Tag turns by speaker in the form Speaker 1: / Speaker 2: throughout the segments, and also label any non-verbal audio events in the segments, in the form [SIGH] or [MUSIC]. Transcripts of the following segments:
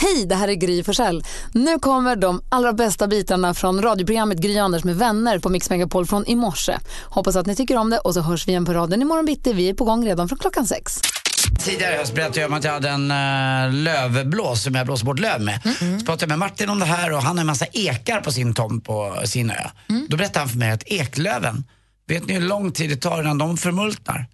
Speaker 1: Hej, det här är Gry Forssell. Nu kommer de allra bästa bitarna från radioprogrammet Gry Anders med vänner på Mix Megapol från i morse. Hoppas att ni tycker om det och så hörs vi igen på raden imorgon bitti. Vi är på gång redan från klockan sex.
Speaker 2: Tidigare i höst berättade jag om att jag hade en eh, lövblås som jag blåser bort löv med. Så pratade jag med Martin om det här och han har en massa ekar på sin tomt på sin ö. Då berättade han för mig att eklöven, vet ni hur lång tid det tar innan de förmultnar?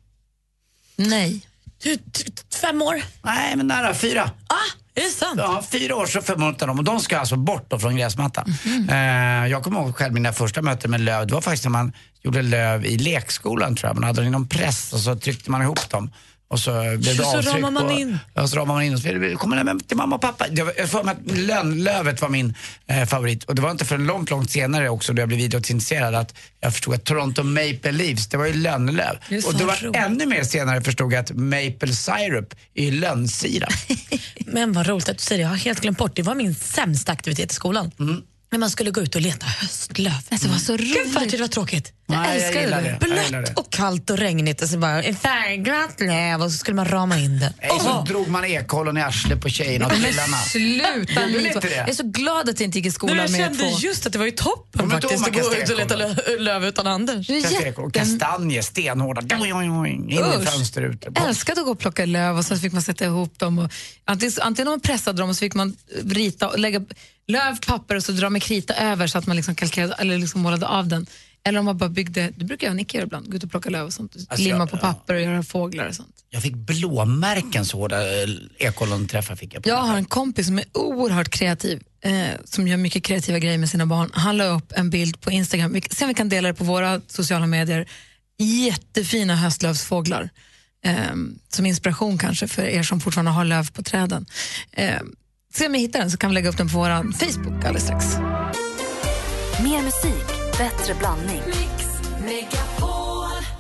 Speaker 3: Nej.
Speaker 4: Hur- t- t- Fem år?
Speaker 2: Nej, men nära fyra.
Speaker 4: Ah, är det sant?
Speaker 2: Ja, fyra år så förmultnar de och de ska alltså bort då från gräsmattan.
Speaker 4: Mhm.
Speaker 2: Eh, jag kommer ihåg själv mina första möten med löv, det var faktiskt när man gjorde löv i lekskolan tror jag. Man hade den i någon press och så tryckte man ihop dem. Och så blev det
Speaker 4: Så
Speaker 2: avtryck
Speaker 4: ramar man
Speaker 2: på,
Speaker 4: in.
Speaker 2: Ja, så ramar man in och så blev det- kommer den hem till mamma och pappa. Jag var- jag får mig att lön, lövet var min eh, favorit. Och det var inte förrän långt, långt senare också då jag blev idrottsintresserad att jag förstod att Toronto Maple Leaves, det var ju lönnlöv.
Speaker 4: Det är så
Speaker 2: Och det var
Speaker 4: roligt.
Speaker 2: ännu mer senare förstod jag att Maple Syrup är lönnsirap.
Speaker 4: [LAUGHS] Men vad roligt att du säger det. Jag har helt glömt bort. Det var min sämsta aktivitet i skolan. När man skulle gå ut och leta höstlöv. Mm.
Speaker 3: Alltså, vad så
Speaker 4: Gud vad jag tyckte
Speaker 3: roligt.
Speaker 4: det var tråkigt.
Speaker 2: Nej, jag
Speaker 3: älskar
Speaker 2: gillar
Speaker 3: det.
Speaker 2: det. Jag gillar det.
Speaker 4: Blött och kallt och regnigt och så bara en färgglatt löv och så skulle man rama in det.
Speaker 2: Nej, så
Speaker 4: Åh!
Speaker 2: drog man ekollon i arslet på tjejerna och killarna.
Speaker 3: Sluta
Speaker 2: Gjorde ni
Speaker 3: Niko.
Speaker 2: inte det?
Speaker 3: Jag är så glad att jag inte gick i
Speaker 4: Nej,
Speaker 3: skolan
Speaker 4: jag
Speaker 3: med er
Speaker 4: kände
Speaker 3: två.
Speaker 4: just att det var ju toppen
Speaker 2: Kommer du
Speaker 4: faktiskt
Speaker 2: inte
Speaker 4: att
Speaker 2: ihåg
Speaker 4: gå ut och leta
Speaker 2: kastanjekollen?
Speaker 4: lö- löv utan Anders.
Speaker 3: Du är
Speaker 2: Kasteko- och
Speaker 3: jätte...
Speaker 2: Kastanjer, stenhårda. Doing, doing, doing. In i
Speaker 3: Usch.
Speaker 2: fönster ut.
Speaker 3: Jag älskade att gå och plocka löv och sen fick man sätta ihop dem. Och, antingen, antingen man pressade dem och så fick man rita och lägga löv, papper och så dra med krita över så att man liksom kalkerade, eller liksom målade av den. Eller om man bara byggde, det brukar jag och Nick göra ibland, gå ut och plocka löv och sånt.
Speaker 2: Alltså,
Speaker 3: Limma
Speaker 2: jag-
Speaker 3: på papper och göra fåglar och sånt.
Speaker 2: Jag fick blåmärken så hårda eh, ekollon-träffar fick jag på
Speaker 3: Jag
Speaker 2: mig.
Speaker 3: har en kompis som är oerhört kreativ, eh, som gör mycket kreativa grejer med sina barn. Han la upp en bild på Instagram, vi, sen vi kan dela det på våra sociala medier, jättefina höstlövsfåglar. Eh, som inspiration kanske för er som fortfarande har löv på träden. Eh, se om vi hittar den så kan vi lägga upp den på vår Facebook alldeles strax.
Speaker 5: Mer musik, bättre blandning.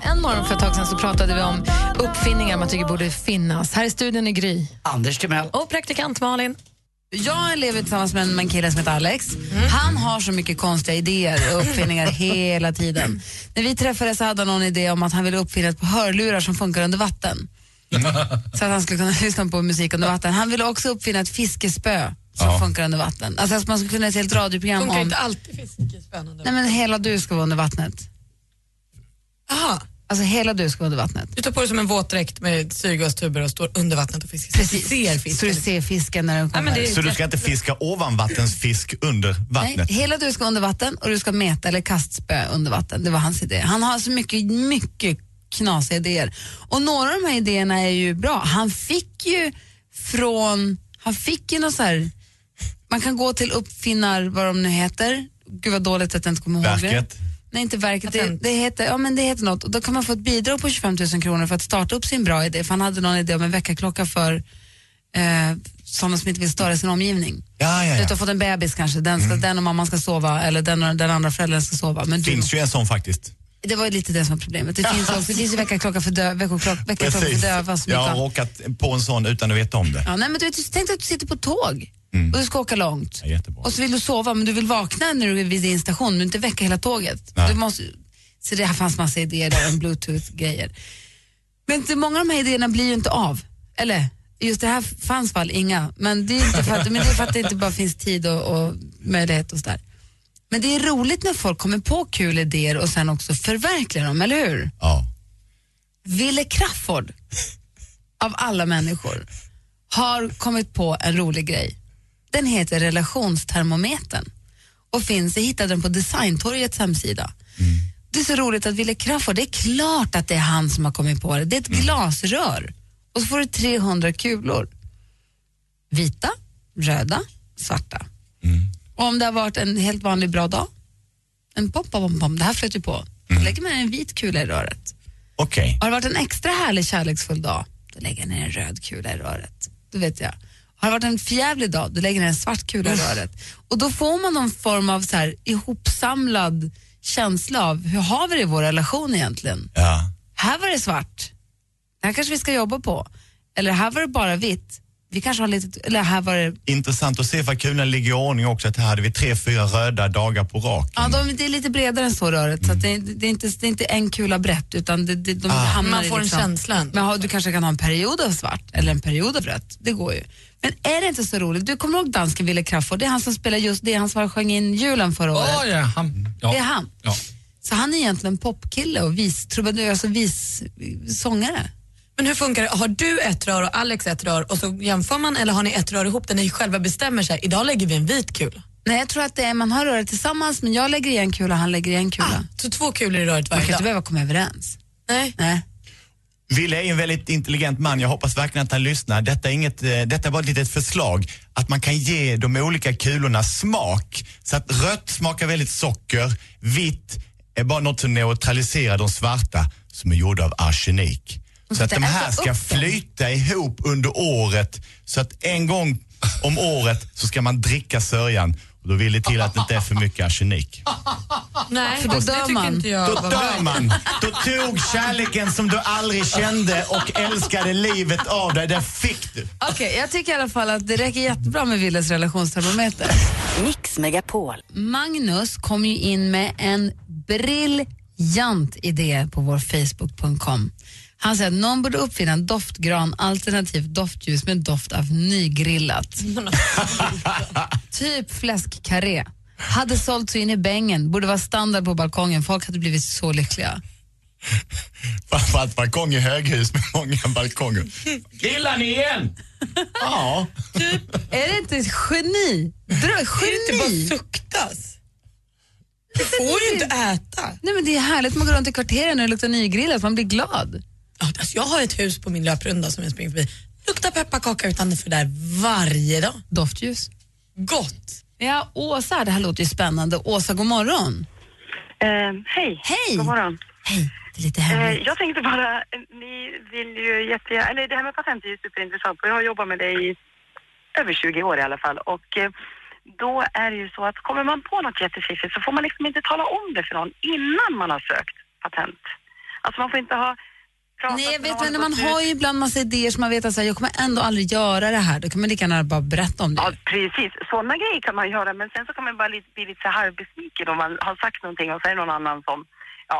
Speaker 3: En morgon för ett tag sedan så pratade vi om uppfinningar man tycker borde finnas. Här i studion i Gry.
Speaker 2: Anders Timell.
Speaker 4: Och praktikant Malin.
Speaker 6: Jag lever tillsammans med en med en kille som heter Alex. Han har så mycket konstiga idéer och uppfinningar hela tiden. När vi träffades så hade han någon idé om att han ville uppfinna ett par hörlurar som funkar under vatten. så att han skulle kunna [LAUGHS] lyssna på musik under vatten. Han ville också uppfinna ett fiskespö som funkar under vatten. Alltså att man skulle kunna göra ett helt radioprogram
Speaker 4: Funkar
Speaker 6: om...
Speaker 4: inte alltid fiskespön
Speaker 6: Nej men hela du ska vara under vattnet.
Speaker 4: Aha,
Speaker 6: Alltså hela du ska vara under vattnet.
Speaker 4: du tar på dig som en våtdräkt med syrgastuber och står under vattnet och fiskar.
Speaker 6: Precis.
Speaker 4: Ser
Speaker 6: Så
Speaker 4: fisken.
Speaker 6: du ser fisken när den
Speaker 4: Ja,
Speaker 6: kommer.
Speaker 4: men det är
Speaker 7: Så du ska inte fiska ovan vattens fisk under
Speaker 6: Nej,
Speaker 7: vattnet?
Speaker 6: hela du ska under vatten och du ska meta eller kastspö under vatten. Det var hans idé. Han har så mycket, mycket knasiga idéer. Och några av de här idéerna är ju bra. Han fick ju från, han fick ju något så här, man kan gå till uppfinnar, vad de nu heter. Gud vad dåligt att jag inte kommer ihåg
Speaker 7: Verket.
Speaker 6: det. Nej, inte verket. Det,
Speaker 4: Patent.
Speaker 6: det, heter, ja, men det heter något. Och då kan man få ett bidrag på 25 000 kronor för att starta upp sin bra idé. För han hade någon idé om en väckarklocka för eh, sådana som inte vill störa sin omgivning.
Speaker 7: Ja, ja,
Speaker 6: Du
Speaker 7: ja.
Speaker 6: har fått en bebis kanske, den, ska, den och mamman ska sova eller den och den andra föräldern ska sova. Men du,
Speaker 7: finns ju en sån faktiskt.
Speaker 6: det var ju lite det som var problemet. Det finns ju också, det finns ju väckarklocka för, dö, väckarklocka, väckarklocka för
Speaker 7: Precis.
Speaker 6: döva. Som
Speaker 7: Jag
Speaker 6: inte
Speaker 7: har
Speaker 6: har-
Speaker 7: råkat på en sån utan att veta om det.
Speaker 6: ja, nej, men du vet, du- tänk dig att du sitter på tåg och du ska åka långt.
Speaker 7: Ja, jättebra.
Speaker 6: och så vill du sova men du vill vakna när du är vid din station men inte väcka hela tåget.
Speaker 7: Nej.
Speaker 6: Du måste, så det här fanns massa idéer där om bluetooth-grejer. Men det, många av de här idéerna blir ju inte av. Eller, just det här fanns väl inga. Men det är inte för att, men det, är för att det inte bara finns tid och, och möjlighet och sådär. Men det är roligt när folk kommer på kul idéer och sen också förverkligar dem, eller hur?
Speaker 7: Ja.
Speaker 6: Ville Crafoord, av alla människor, har kommit på en rolig grej. Den heter relationstermometern och finns, jag hittade den på Designtorgets hemsida. Det är så roligt att Ville Crafoord, det är klart att det är han som har kommit på det. Det är ett glasrör och så får du 300 kulor. Vita, röda, svarta. Och om det har varit en helt vanlig bra dag, en pom pom pom, pom det här flöt ju på. Så lägger man en vit kula i röret.
Speaker 7: Okej.
Speaker 6: Har det varit en extra härlig kärleksfull dag, då lägger jag ner en röd kula i röret. Då vet jag. Har det varit en förjävlig dag, då lägger jag ner en svart kula i röret. Och då får man någon form av så här ihopsamlad känsla av hur har vi det i vår relation egentligen?
Speaker 7: Ja.
Speaker 6: Här var det svart. Det här kanske vi ska jobba på. Eller här var det bara vitt. vi kanske har lite, eller här var det,
Speaker 7: Intressant att se för kulan ligger i ordning också att här hade vi tre, fyra röda dagar på raken.
Speaker 6: ja, de, det är lite bredare än så röret, så att det, det, är inte, det är inte en kula brett utan det, det, de hamnar
Speaker 4: Ah. Man
Speaker 6: i
Speaker 4: får en
Speaker 6: liksom,
Speaker 4: känsla ändå.
Speaker 6: Men har, du kanske kan ha en period av svart eller en period av rött, det går ju. Men är det inte så roligt? Du kommer ihåg dansken Wille Crafoord, det är han som spelar just det, han som sjöng in julen förra året.
Speaker 8: Åh, ja, han, ja.
Speaker 6: Det är han.
Speaker 8: Ja.
Speaker 6: Så han är egentligen popkille och vis, trubadur, alltså vis sångare.
Speaker 4: Men hur funkar det? Har du ett rör och Alex ett rör och så jämför man eller har ni ett rör ihop där ni själva bestämmer sig, idag lägger vi en vit kula?
Speaker 6: Nej, jag tror att det är, man har röret tillsammans men jag lägger i en kula han lägger i en kula.
Speaker 4: Ah, så två kulor i röret
Speaker 6: Man kan
Speaker 4: varje
Speaker 6: inte
Speaker 4: dag?
Speaker 6: behöva komma överens.
Speaker 4: Nej.
Speaker 6: Nej.
Speaker 7: Wille är ju en väldigt intelligent man. Jag hoppas verkligen att han lyssnar. Detta är, inget, eh, detta är bara ett litet förslag. Att man kan ge de olika kulorna smak. Så att rött smakar väldigt socker, vitt är bara något som neutraliserar de svarta som är gjorda av arsenik. Så att
Speaker 6: ska
Speaker 7: de
Speaker 6: Mm. äta
Speaker 7: här ska
Speaker 6: upp den.
Speaker 7: flyta ihop under året. Så att en gång om året så ska man dricka sörjan. Och då vill det till att det inte är för mycket arsenik.
Speaker 4: Nej,
Speaker 6: För då dör man.
Speaker 4: jag.
Speaker 7: Då dör man. Då tog kärleken som du aldrig kände och älskade livet av dig, den fick du.
Speaker 6: Okej, jag tycker i alla fall att det räcker jättebra med Willes relationstermometer.
Speaker 5: Mix Megapol.
Speaker 6: Magnus kom ju in med en briljant idé på vår Facebook.com. Han säger att någon borde uppfinna en doftgran alternativt doftljus med doft av [LAUGHS] nygrillat. typ fläskkarré. Hade sålt så in i bängen, borde vara standard på balkongen. Folk hade blivit så lyckliga.
Speaker 7: Framförallt balkong i höghus med många balkonger.
Speaker 8: Grillar ni igen?
Speaker 7: Ja.
Speaker 6: Är det inte ett geni? Drö-
Speaker 4: Det
Speaker 6: geni?
Speaker 4: bara suktas. Du får ju inte äta.
Speaker 6: Nej, men det är härligt, man går runt i kvarteren och det luktar nygrillat, man blir glad.
Speaker 4: Ja, Alltså, jag har ett hus på min löprunda som jag springer förbi. Luktar pepparkaka utan det för där varje dag.
Speaker 6: Doftljus.
Speaker 4: Gott!
Speaker 6: Ja, Åsa, det här låter ju spännande. Åsa, god morgon.
Speaker 9: Eh, hej.
Speaker 6: Hej.
Speaker 9: God morgon.
Speaker 6: Hej, det är lite
Speaker 9: Eh,
Speaker 6: hemligt.
Speaker 9: jag tänkte bara, eh, ni vill ju jättegärna, eller det här med patent är ju superintressant och jag har jobbat med det i över 20 år i alla fall och eh, då är det ju så att kommer man på något jättefiffigt så får man liksom inte tala om det för någon innan man har sökt patent. Alltså man får inte ha pratat
Speaker 6: Nej, jag
Speaker 9: med
Speaker 6: vet
Speaker 9: någon
Speaker 6: men när man
Speaker 9: gått ut-
Speaker 6: har ju ibland massa idéer som man vet att så här, jag kommer ändå aldrig göra det här, då kan man lika gärna bara berätta om det.
Speaker 9: Ja, precis. Sådana grejer kan man göra, men sen så kan man bara lite, bli lite så här halvbesviken om man har sagt någonting och så är det någon annan som, ja,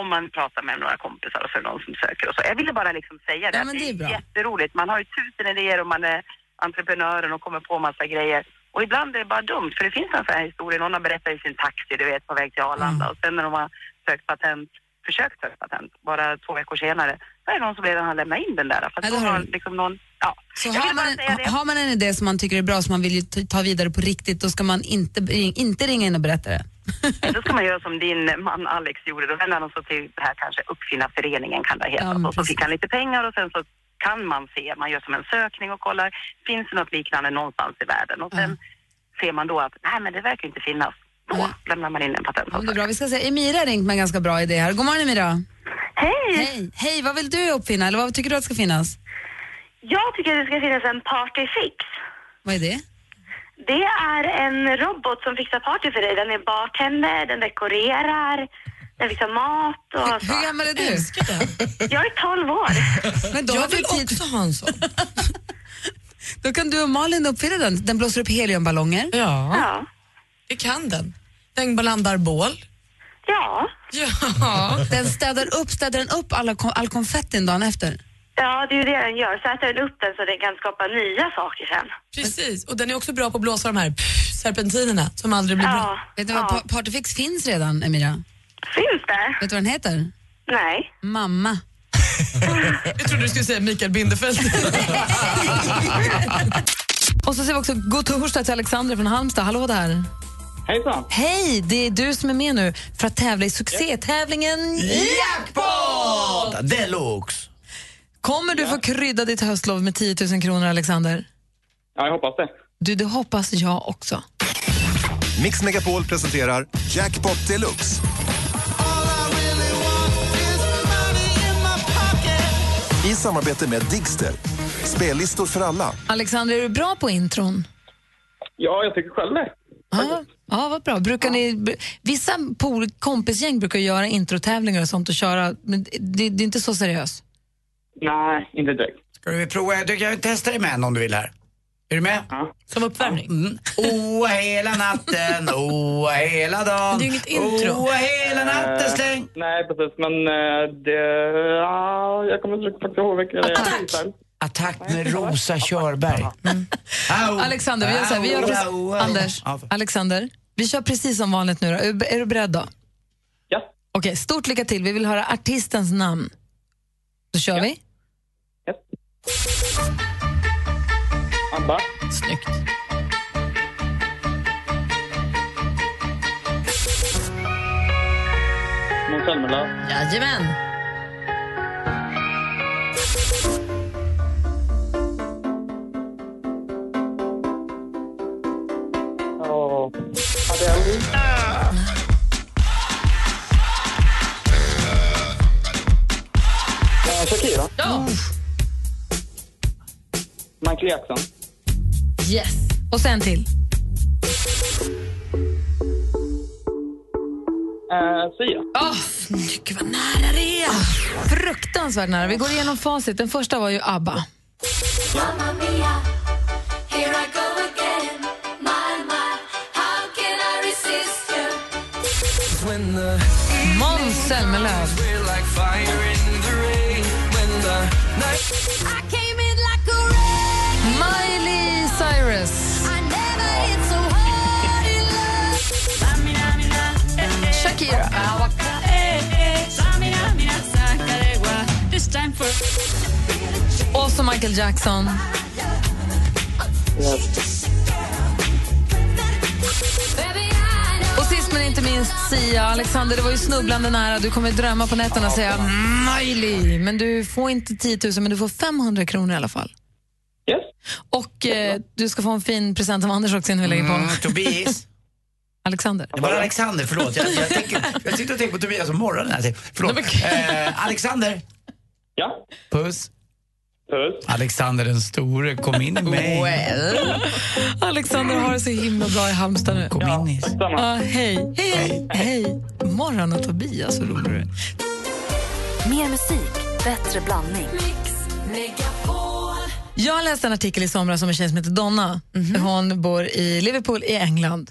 Speaker 9: om man pratar med några kompisar och så är det någon som söker och så. Jag ville bara liksom säga det.
Speaker 6: Ja,
Speaker 9: att
Speaker 6: men det är bra.
Speaker 9: jätteroligt. Man har ju tusen idéer och man är entreprenören och kommer på massa grejer. Och ibland är det bara dumt, för det finns en sån här historia. Någon har berättat i sin taxi, du vet, på väg till Arlanda.
Speaker 6: Mm.
Speaker 9: Och sen när de har sökt patent, försökt söka patent, bara två veckor senare, då är det någon som redan har lämnat in den där. För
Speaker 6: Ja,
Speaker 9: att
Speaker 6: det
Speaker 9: då
Speaker 6: har
Speaker 9: har
Speaker 6: du.
Speaker 9: liksom någon, ja.
Speaker 6: Så
Speaker 9: Jag
Speaker 6: har
Speaker 9: ville
Speaker 6: man,
Speaker 9: bara
Speaker 6: en,
Speaker 9: säga
Speaker 6: ha-
Speaker 9: det.
Speaker 6: har man en idé som man tycker är bra som man vill ju ta- ta vidare på riktigt, då ska man inte, bri- inte ringa in och berätta
Speaker 9: [LAUGHS]
Speaker 6: det.
Speaker 9: Men Då ska man göra som din man Alex gjorde. Då vände han sig till det här kanske Uppfinnarföreningen kan det
Speaker 6: Ja,
Speaker 9: heta.
Speaker 6: men
Speaker 9: och så
Speaker 6: precis.
Speaker 9: fick han lite pengar och sen så kan man se, man gör som en sökning och kollar, finns det något liknande någonstans i världen? Och sen ser man då att, nej men det verkar inte finnas. Då lämnar man in
Speaker 6: Ja, men
Speaker 9: en
Speaker 6: det är
Speaker 9: patentansökan.
Speaker 6: bra. Vi ska se, Emira har ringt med en ganska bra idé här. God morgon Emira.
Speaker 9: Hej!
Speaker 6: Hej. Hej, vad vill du uppfinna eller vad tycker du att ska finnas?
Speaker 9: Jag tycker det ska finnas en partyfix.
Speaker 6: Vad är det?
Speaker 9: Det är en robot som fixar party för dig. Den är bartender, den dekorerar, den fixar mat och
Speaker 6: Hur gammal är du?
Speaker 9: Jag är 12 år.
Speaker 6: Men [LAUGHS] då har
Speaker 4: Jag
Speaker 6: vi
Speaker 4: vill
Speaker 6: tid-
Speaker 4: också ha en sån.
Speaker 6: Då kan du och Malin uppfinna den. Den blåser upp heliumballonger.
Speaker 4: Ja,
Speaker 9: Ja.
Speaker 4: det kan den. Den blandar bål.
Speaker 9: Ja.
Speaker 4: Ja.
Speaker 6: Den städar upp, städar den upp alla, kon- all konfettin dagen efter.
Speaker 9: Ja, det är ju det den gör. Så äter den upp den så den kan skapa nya saker sen.
Speaker 4: Precis, och den är också bra på att blåsa de här pff, serpentinerna som aldrig blir bra.
Speaker 9: Ja.
Speaker 6: Vet du vad,
Speaker 9: ja.
Speaker 6: pa- Partyfix finns redan, Emira.
Speaker 9: Finns det?
Speaker 6: Vet du vad den heter?
Speaker 9: Nej.
Speaker 6: Mamma.
Speaker 4: Jag trodde du skulle säga Mikael Bindefeld.
Speaker 6: Och så säger vi också god torsdag till Alexander från Halmstad. Hallå där.
Speaker 10: Hejsan!
Speaker 6: Hej, det är du som är med nu för att tävla i succétävlingen.
Speaker 2: Jackpot! Deluxe!
Speaker 6: Kommer du få krydda ditt höstlov med 10 000 kronor, Alexander?
Speaker 10: Ja, jag hoppas det.
Speaker 6: Du, det hoppas jag också.
Speaker 11: Mix Megapol presenterar Jackpot Deluxe. I samarbete med Digster. Spellistor för alla.
Speaker 6: Alexander, är du bra på intron?
Speaker 10: Ja, jag tycker själv det.
Speaker 6: Ja, ja vad bra. Brukar ni, vissa pol, kompisgäng brukar göra introtävlingar och sånt och köra, men det, det är inte så seriöst.
Speaker 10: Nej, inte direkt.
Speaker 2: Ska du prova? Du kan ju testa dig med en om du vill här. Är du med?
Speaker 4: Som uppvärmning?
Speaker 2: Mm. Oa hela natten, oa hela dagen.
Speaker 4: Det är ju inget intro.
Speaker 2: Oa hela natten, släng.
Speaker 10: Eh, nej, precis. Men eh, det... ja, jag kommer inte faktiskt ihåg vilken det är.
Speaker 2: Attack med Rosa Körberg. Mm. Au.
Speaker 6: Alexander, vi gör så här, vi gör
Speaker 2: Au,
Speaker 6: precis,
Speaker 2: au, au.
Speaker 6: Anders,
Speaker 2: Ja, för-
Speaker 6: Alexander, vi kör precis som vanligt nu. Då. Är, du- är du beredd då? Ja. Okej, stort lycka till. Vi vill höra artistens namn. Då kör vi.
Speaker 10: Abba.
Speaker 4: Snyggt.
Speaker 10: Måns Zelmerlöw.
Speaker 4: Jajamän.
Speaker 10: Ja. Adele. Eh, Shakira.
Speaker 4: Ja.
Speaker 10: Michael Jackson.
Speaker 6: Yes. Och sen till.
Speaker 10: Eh, Sia.
Speaker 6: Oh,
Speaker 4: Snyggt, vad nära det är.
Speaker 6: Ah, fruktansvärt nära. Vi går igenom facit. Den första var ju ABBA. Måns Zelmerlöw. Miley Cyrus. Shakira. Och så Michael Jackson. Och sist men inte minst Sia. Alexander, det var ju snubblande nära. Du kommer drömma på nätterna och säga Miley. Men du får inte 10 000, men du får 500 kronor i alla fall.
Speaker 10: Yes.
Speaker 6: Och eh, du ska få en fin present av Anders också innan vi lägger på.
Speaker 2: Mm, Tobias.
Speaker 6: Alexander.
Speaker 2: Det var Alexander, förlåt. Jag, jag, tänker, jag sitter och tänker på Tobias om morgonen. Här. Förlåt. Eh, Alexander.
Speaker 10: Ja.
Speaker 2: Puss.
Speaker 10: Puss.
Speaker 2: Alexander den store, kom in i mig.
Speaker 4: Oh, eh,
Speaker 6: Well. Alexander har det så himla bra i Halmstad nu.
Speaker 2: Kom in i...
Speaker 6: Ja, hej. Hej, hej, hej. Morgon och Tobias, hur rolig du är.
Speaker 5: [LAUGHS] Mer musik, bättre blandning.
Speaker 6: Jag läste en artikel i somras om en tjej som heter Donna. Hon bor i Liverpool i England.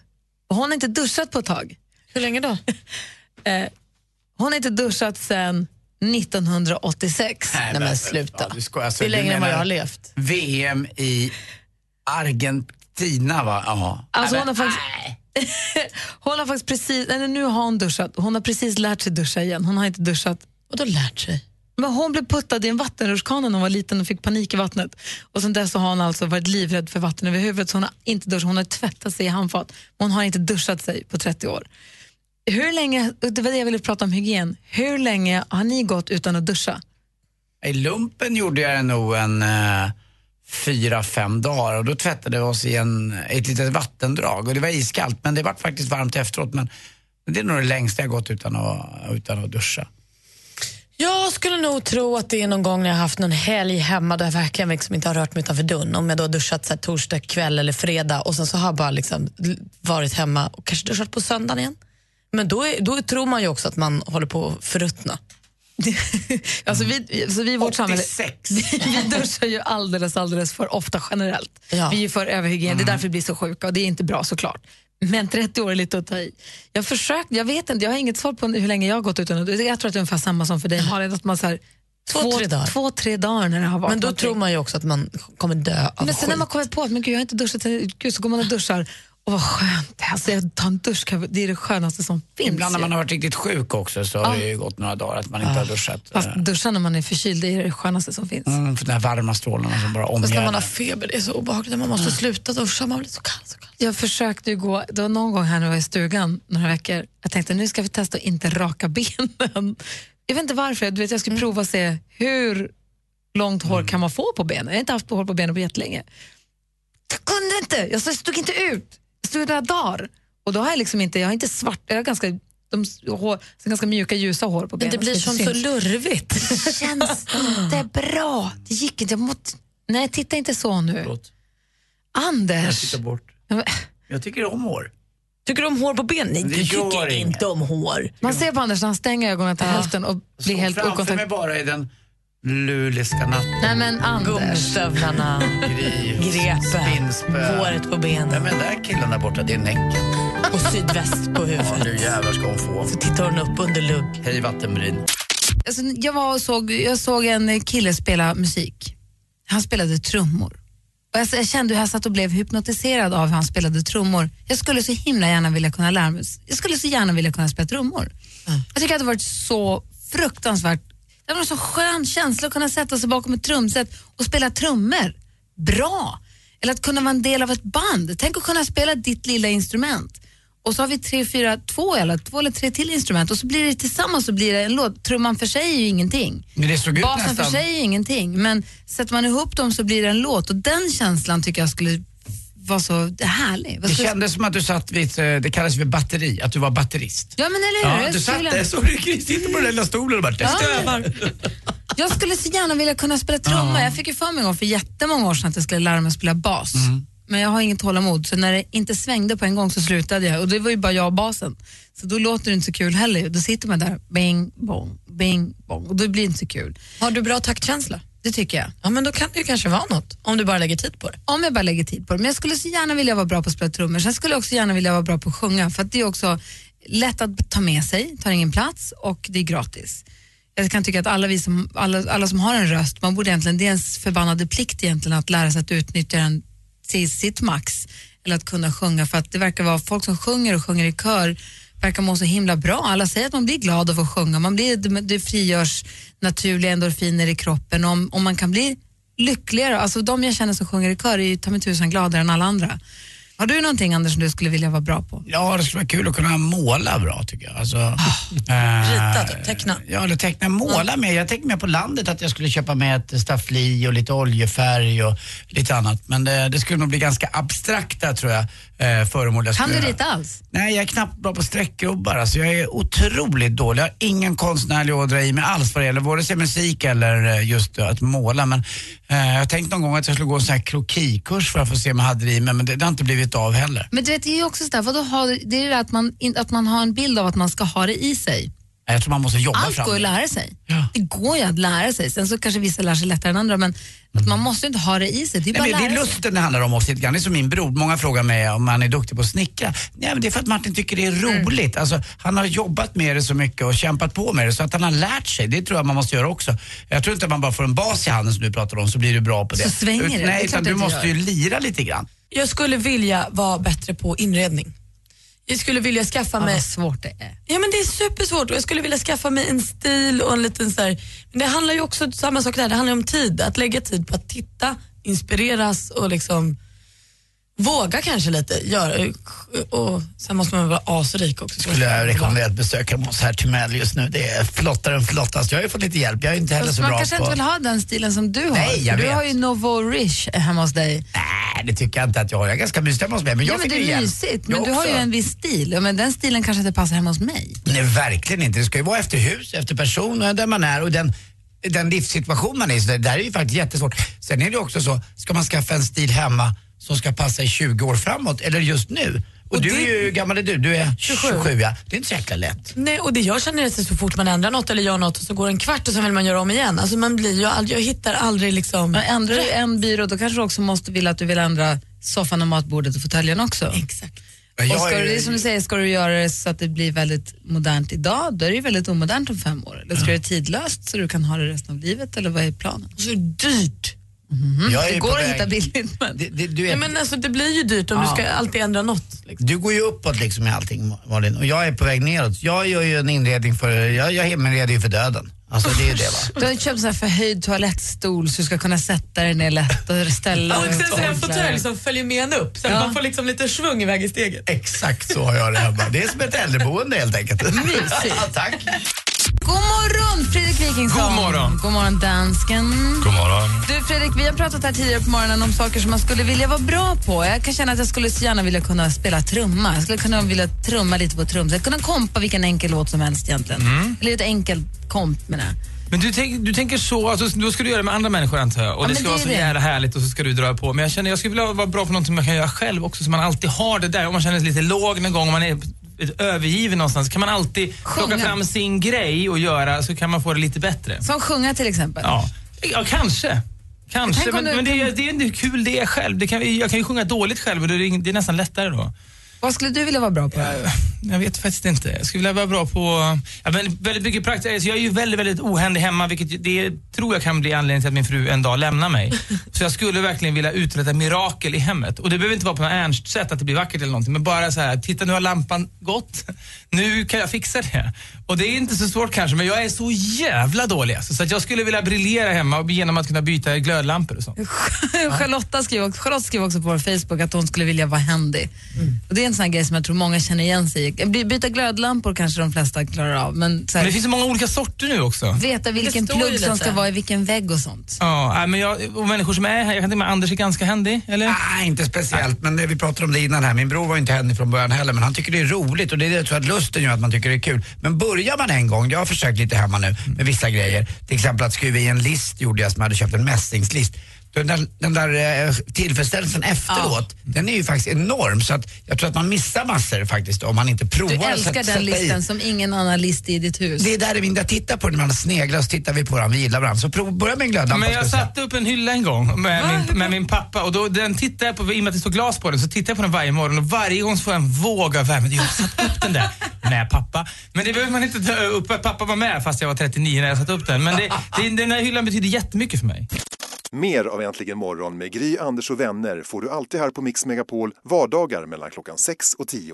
Speaker 6: Och hon har inte duschat på ett tag.
Speaker 4: Hur länge då?
Speaker 6: [LAUGHS] Eh, hon har inte duschat sedan 1986.
Speaker 2: Nej, men- Ja, du skojar. Alltså,
Speaker 4: Det är
Speaker 2: du
Speaker 4: längre än vad
Speaker 2: menar
Speaker 4: jag har levt.
Speaker 2: VM i Argentina, va? Ja.
Speaker 6: Alltså
Speaker 2: Nej,
Speaker 6: hon har faktiskt... [LAUGHS] hon har faktiskt precis... Nej, nu har hon duschat. Hon har precis lärt sig duscha igen. Hon har inte duschat.
Speaker 4: Och då lärt sig?
Speaker 6: Men hon blev puttad i en vattenrutschkana när hon var liten och fick panik i vattnet. Och sen dess så har hon alltså varit livrädd för vatten över huvudet så hon har inte duschat. Hon har tvättat sig i handfat. men Hon har inte duschat sig på 30 år. Hur länge, och det var det jag ville prata om hygien. Hur länge har ni gått utan att duscha?
Speaker 2: I lumpen gjorde jag det nog en eh, fyra, fem dagar och då tvättade vi oss i en, ett litet vattendrag och det var iskallt men det var faktiskt varmt efteråt. Men det är nog det längsta jag gått utan att, utan att duscha.
Speaker 4: Jag skulle nog tro att det är någon gång när jag har haft någon helg hemma där jag verkligen liksom inte har rört mig utanför dörren. Om jag då har duschat så här, torsdag kväll eller fredag och sen så har jag bara liksom l- varit hemma och kanske duschat på söndagen igen. Men då, är, då tror man ju också att man håller på att förruttna.
Speaker 6: [LAUGHS] Alltså vi, så vi i vårt samhälle,
Speaker 2: 86.
Speaker 6: [LAUGHS] vi duschar ju alldeles, alldeles för ofta generellt.
Speaker 4: Ja. Mm.
Speaker 6: Vi är för överhygien, det är därför vi blir så sjuka och det är inte bra såklart. Men 30 år är lite att ta i. Jag, försökt, jag vet inte, jag har inget svar på hur länge jag har gått utan att Jag tror att det är ungefär samma som för dig Malin, att man så här,
Speaker 4: Två, tre dagar.
Speaker 6: två, tre dagar när det har varit
Speaker 4: Men då
Speaker 6: någonting.
Speaker 4: tror man ju också att man kommer dö av
Speaker 6: Men sen när
Speaker 4: skit.
Speaker 6: man kommer på att men gud, jag har inte duschat, sen- gud, så går man och duschar och vad skönt det är. Alltså, jag tar en dusch, det är det skönaste som finns.
Speaker 2: Ibland när
Speaker 6: ju.
Speaker 2: man har varit riktigt sjuk också så har det ju gått några dagar att man inte har duschat.
Speaker 6: Fast
Speaker 2: eh,
Speaker 6: duscha när man är förkyld, det är det skönaste som finns.
Speaker 2: Mm, för de här varma strålarna som bara
Speaker 4: Fast när
Speaker 2: omgärdar.
Speaker 4: man har feber, det är så obehagligt. Man måste sluta duscha, man blir så kall. Så kall.
Speaker 6: Jag försökte ju gå, det var någon gång här när jag var i stugan några veckor, jag tänkte nu ska vi testa att inte raka benen. Jag vet inte varför, du vet, jag skulle
Speaker 4: Mm.
Speaker 6: prova och se hur långt hår kan man få på benen. Jag har inte haft hår på benen på jättelänge. Jag kunde inte, jag stod inte ut. Jag stod ut några dagar. Och då har jag liksom inte, jag har inte svart, jag har ganska, de, s- hår, så ganska mjuka ljusa hår på benen.
Speaker 4: Det blir
Speaker 6: inte
Speaker 4: som så
Speaker 6: syns.
Speaker 4: lurvigt. [LAUGHS]
Speaker 6: Det känns inte bra. Det gick inte, jag mått, nej titta inte så nu.
Speaker 2: Förlåt. Jag
Speaker 6: Anders!
Speaker 2: tittar bort.
Speaker 6: Ja, men-
Speaker 2: Jag tycker om hår.
Speaker 4: Tycker du om hår på benen? Nej,
Speaker 2: Det
Speaker 4: du
Speaker 2: gör
Speaker 4: tycker
Speaker 2: inget.
Speaker 4: inte om hår.
Speaker 6: Man ser på Anders när han stänger ögonen till hälften och blir
Speaker 2: Stod
Speaker 6: helt
Speaker 2: framför mig
Speaker 6: okontaktad.
Speaker 2: bara i den Luleska natten.
Speaker 3: Nej men Anders.
Speaker 4: Gummistövlarna, grepen,
Speaker 2: Spinnspö.
Speaker 4: håret på benen.
Speaker 2: Ja, men den där killen där borta, det är Näcken.
Speaker 4: Och sydväst
Speaker 2: Ja,
Speaker 4: på huvudet.
Speaker 2: nu jävlar ska hon få.
Speaker 4: Så tittar hon upp under lugg.
Speaker 2: Hej vattenbryn.
Speaker 6: Alltså, jag, var och såg, jag såg en kille spela musik. Han spelade trummor. Och jag, jag kände hur jag satt och blev hypnotiserad av hur han spelade trummor. Jag skulle så himla gärna vilja kunna lära mig. Jag skulle så gärna vilja kunna spela trummor. Jag tycker att det varit så fruktansvärt. Det var en så skön känsla att kunna sätta sig bakom ett trumset och spela trummor. Bra! Eller att kunna vara en del av ett band. Tänk att kunna spela ditt lilla instrument. Och så har vi tre, fyra, två eller två eller tre till instrument och så blir det tillsammans så blir det en låt. Trumman för sig är ju ingenting.
Speaker 2: Men det såg ut
Speaker 6: Basen
Speaker 2: nästan-
Speaker 6: för sig är ju ingenting. Men sätter man ihop dem så blir det en låt och den känslan tycker jag skulle vara så härlig. Vad
Speaker 2: Det
Speaker 6: skulle-
Speaker 2: kändes som att du satt vid, ett, eh, det kallas för batteri, att du var batterist.
Speaker 6: Ja men eller hur?
Speaker 2: Ja,
Speaker 6: Jag
Speaker 2: du satt
Speaker 6: skulle-
Speaker 2: där, såg du Chris sitta på den där lilla stolen och bara
Speaker 6: Ja.
Speaker 2: stövar.
Speaker 6: Jag skulle så gärna vilja kunna spela trumma. Jag fick ju för mig en gång för jättemånga år sedan att jag skulle lära mig att spela bas.
Speaker 2: Mm.
Speaker 6: Men jag har inget tålamod, så när det inte svängde på en gång så slutade jag. Och det var ju bara jag och basen. Så då låter det inte så kul heller. ju. Då sitter man där, bing, bong, bing, bong. Och då blir det inte så kul.
Speaker 4: Har du bra taktkänsla?
Speaker 6: Det tycker jag.
Speaker 4: Ja, men då kan det ju kanske vara något. Om du bara lägger tid på det.
Speaker 6: Om jag bara lägger tid på det. Men jag skulle så gärna vilja vara bra på att spela trummor. Sen skulle jag också gärna vilja vara bra på att sjunga. För att det är också lätt att ta med sig, tar ingen plats och det är gratis. Jag kan tycka att alla, vi som, alla, alla som har en röst, man borde egentligen, det är ens förbannade plikt egentligen att lära sig att utnyttja den till sitt max. Eller att kunna sjunga för att det verkar vara folk som sjunger och sjunger i kör verkar må så himla bra. Alla säger att man blir glad av att sjunga, man blir, det- det frigörs naturliga endorfiner i kroppen. Om, om man kan bli lyckligare, alltså de jag känner som sjunger i kör är ju ta mig tusan gladare än alla andra. Har du någonting Anders som du skulle vilja vara bra på?
Speaker 2: Ja, det skulle vara kul att kunna måla bra tycker jag. Alltså,
Speaker 6: Ah,
Speaker 2: eh,
Speaker 4: Rita, typ, teckna.
Speaker 2: Ja, eller teckna, måla med. Jag tänkte mer på landet att jag skulle köpa med ett staffli och lite oljefärg och lite annat. Men det, det skulle nog bli ganska abstrakta tror jag, eh, föremål. jag
Speaker 6: Kan
Speaker 2: skulle
Speaker 6: du
Speaker 2: göra.
Speaker 6: rita alls?
Speaker 2: Nej, jag är knappt bra på streckgubbar. Alltså, jag är otroligt dålig. Jag har ingen konstnärlig ådra i mig alls vad det gäller vare sig musik eller eh, just eh, att måla. Men eh, jag har tänkt någon gång att jag skulle gå en sån här krokikurs för att få se om jag hade det i mig, men det, det har inte blivit av heller.
Speaker 6: Men du vet, det är ju också sådär, vadå, har, det är ju det att man, in- att man har en bild av att man ska ha det i sig.
Speaker 2: Jag tror man måste jobba
Speaker 6: Allt
Speaker 2: fram
Speaker 6: går att
Speaker 2: det.
Speaker 6: lära sig. Det går ju att lära sig. Sen så kanske vissa lär sig lättare än andra, men att man måste ju inte ha det i sig. Det är bara
Speaker 2: Mm. Nej,
Speaker 6: att
Speaker 2: men det är
Speaker 6: lära sig.
Speaker 2: lusten det handlar om också lite grann. Det är som min bror. Många frågar mig om han är duktig på att snickra. Nej, men det är för att Martin tycker det är
Speaker 6: Mm.
Speaker 2: roligt. Alltså, han har jobbat med det så mycket och kämpat på med det så att han har lärt sig. Det tror jag man måste göra också. Jag tror inte att man bara får en bas i handen som du pratar om så blir du bra på det.
Speaker 6: Så svänger det.
Speaker 2: Ut-
Speaker 6: Det är
Speaker 2: Nej,
Speaker 6: klart
Speaker 2: utan
Speaker 6: det
Speaker 2: du
Speaker 6: inte
Speaker 2: måste ju
Speaker 6: gör.
Speaker 2: lira lite grann.
Speaker 4: Jag skulle vilja vara bättre på inredning. Jag skulle vilja skaffa
Speaker 6: Ja,
Speaker 4: mig...
Speaker 6: vad svårt det är.
Speaker 4: Ja men det är supersvårt och jag skulle vilja skaffa mig en stil och en liten så här... Men det handlar ju också, samma sak där, det handlar ju om tid. Att lägga tid på att titta, inspireras och liksom våga kanske lite. Gör, och sen måste man vara asrik också.
Speaker 2: Skulle jag rekommendera att besöka Måns Hertimell just nu. Det är flottare än flottast. Jag har ju fått lite hjälp. Jag är inte heller
Speaker 6: Fast
Speaker 2: så
Speaker 6: Alltså, man
Speaker 2: bra
Speaker 6: kanske
Speaker 2: på...
Speaker 6: inte vill ha den stilen som du har.
Speaker 2: Nej, jag
Speaker 6: du
Speaker 2: vet.
Speaker 6: har ju Novo Riche hemma hos dig.
Speaker 2: Nej, det tycker jag inte att jag har. Jag är ganska mysig hemma hos mig. Men jag
Speaker 6: ja, men
Speaker 2: fick
Speaker 6: det
Speaker 2: ju
Speaker 6: är
Speaker 2: hjälp.
Speaker 6: mysigt,
Speaker 2: Jag
Speaker 6: men du har ju
Speaker 2: också.
Speaker 6: en viss stil. Ja, men den stilen kanske inte passar hemma hos mig.
Speaker 2: Nej, verkligen inte. Det ska ju vara efter hus, efter person och där man är och den, den livssituation man är i. Så det där är ju faktiskt jättesvårt. Sen är det också så, ska man skaffa en stil hemma som ska passa i 20 år framåt eller just nu? Och, du
Speaker 4: det-
Speaker 2: är ju, hur gammal är du? Du är 27.
Speaker 4: 27.
Speaker 2: ja. Det är inte så jäkla lätt.
Speaker 4: Nej, och det jag känner är att så fort man ändrar något eller gör något och så går det en kvart och så vill man göra om igen. Alltså man blir ju aldrig, jag hittar aldrig liksom...
Speaker 6: Men ändrar du en byrå då kanske du också måste vilja att du vill ändra soffan och matbordet och fåtöljen också.
Speaker 4: Exakt.
Speaker 2: Men jag
Speaker 6: och ska
Speaker 2: är
Speaker 6: du,
Speaker 2: ju-
Speaker 6: det är som du säger, ska du göra det så att det blir väldigt modernt idag, då är det ju väldigt omodernt om fem år. Eller ska du göra det tidlöst så du kan ha det resten av livet, eller vad är planen?
Speaker 4: Och så är det dyrt.
Speaker 2: jag är
Speaker 6: Det
Speaker 2: på
Speaker 6: går att
Speaker 2: väg-
Speaker 6: hitta billigt, men...
Speaker 2: Det- det- du,
Speaker 4: Nej,
Speaker 2: vet,
Speaker 4: men alltså det blir ju dyrt om du ska alltid ändra något. Liksom.
Speaker 2: du går ju uppåt liksom i allting Malin och jag är på väg neråt. Jag gör ju en inredning för, jag, jag inreder ju för döden. Alltså det är ju det va.
Speaker 6: Du har ju köpt en förhöjd toalettstol så du ska kunna sätta dig ner lätt och ställa
Speaker 4: Och sen så är det en
Speaker 6: orklar.
Speaker 4: fåtölj som liksom, följer med en upp så att man får liksom lite svung iväg i steget.
Speaker 2: Exakt så har jag det hemma. Det är som ett äldreboende helt enkelt. [LAUGHS] Mysigt. Tack.
Speaker 6: God morgon Fredrik Wikingsson!
Speaker 8: God morgon.
Speaker 6: God morgon dansken!
Speaker 8: God morgon.
Speaker 6: Du Fredrik, vi har pratat här tidigare på morgonen om saker som man skulle vilja vara bra på. Jag kan känna att jag skulle så gärna vilja kunna spela trumma. Jag skulle kunna vilja trumma lite på trumset. Kunna kompa vilken enkel låt som helst egentligen.
Speaker 8: Mm.
Speaker 6: Eller ett enkelt komp menar jag.
Speaker 8: Men du, tänk, du tänker så, alltså, då ska du göra det med andra människor antar jag. Och
Speaker 6: Ja, men
Speaker 8: det ska
Speaker 6: det är
Speaker 8: vara så
Speaker 6: det.
Speaker 8: jävla härligt och så ska du dra på. Men jag känner jag skulle vilja vara bra på någonting man kan göra själv också så man alltid har det där. Om man känner sig lite låg någon gång, om man är övergiven någonstans kan man alltid plocka
Speaker 6: Sjunga.
Speaker 8: fram sin grej och göra så kan man få det lite bättre.
Speaker 6: Som sjunga till exempel.
Speaker 8: Ja, ja kanske. Kanske,
Speaker 6: Tänk om
Speaker 8: men,
Speaker 6: du
Speaker 8: men det, är,
Speaker 6: kan-
Speaker 8: det är inte kul det är själv. Det kan, jag kan ju sjunga dåligt själv och det är, ing- det är nästan lättare då.
Speaker 6: Vad skulle du vilja vara bra på?
Speaker 8: Jag vet faktiskt inte. Jag skulle vilja vara bra på... Ja, men väldigt mycket praktiskt. Alltså, jag är ju väldigt, väldigt ohändig hemma vilket ju- det tror jag kan bli anledningen till att min fru en dag lämnar mig. Så jag skulle verkligen vilja uträtta mirakel i hemmet. Och det behöver inte vara på något ernst sätt att det blir vackert eller någonting. Men bara så här, titta nu har lampan gått. Nu kan jag fixa det. Och det är inte så svårt kanske, men jag är så jävla dålig. alltså. Så att jag skulle vilja briljera hemma genom att kunna byta glödlampor och sånt.
Speaker 6: [LAUGHS] Charlotta skriver, också, Charlotte skrev också på vår Facebook att hon skulle vilja vara händig.
Speaker 8: Mm.
Speaker 6: Och det är en sån här grej som jag tror många känner igen sig i. By- Byta glödlampor kanske de flesta klarar av, men, så här,
Speaker 8: Men det finns så många olika sorter nu också.
Speaker 6: veta vilken
Speaker 4: Det står ju
Speaker 6: plugg som
Speaker 4: lite.
Speaker 6: ska vara i vilken vägg och sånt.
Speaker 8: Ja, nej, men jag, och människor som är här, jag kan tänka mig Anders är ganska händig, eller?
Speaker 2: Nej, inte speciellt. Men det- vi pratade om det innan här. Min bror var inte händig från början heller, men han tycker det är roligt och det är det jag tror att lusten gör att man tycker det är kul. Men börjar man en gång, jag har försökt lite hemma nu med vissa grejer, till exempel att skruva i en list gjorde jag som jag hade köpt, en mässingslist. Den där, den där eh, tillfredsställelsen efteråt, den är ju faktiskt enorm så att jag tror att man missar massor faktiskt om man inte provar.
Speaker 6: Du
Speaker 2: så att
Speaker 6: älskar
Speaker 2: sätta
Speaker 6: den
Speaker 2: i.
Speaker 6: listan som ingen annan list i ditt hus.
Speaker 2: Det är där det min, jag tittar på den, man sneglar och så tittar vi på den, vi gillar varandra. Så prov, börja med en glödlampa.
Speaker 8: Men
Speaker 2: ska
Speaker 8: jag
Speaker 2: jag säga.
Speaker 8: satte upp en hylla en gång med, min, med min pappa och då, den tittade jag på, i och med att det stod glas på den, så tittade jag på den varje morgon och varje gång så får jag en våg av värme. Jag har satt upp den där. Nej pappa. Men det behöver man inte ta upp. Pappa var med fast jag var 39 när jag satte upp den. Men det, det, den här hyllan betyder jättemycket för mig.
Speaker 11: Mer av Äntligen morgon med Gry, Anders och vänner får du alltid här på Mix Megapol vardagar mellan klockan 6 och 10.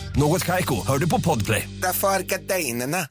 Speaker 12: Något Kaiko, hör du på podplay.
Speaker 13: Därför arkadeinerna.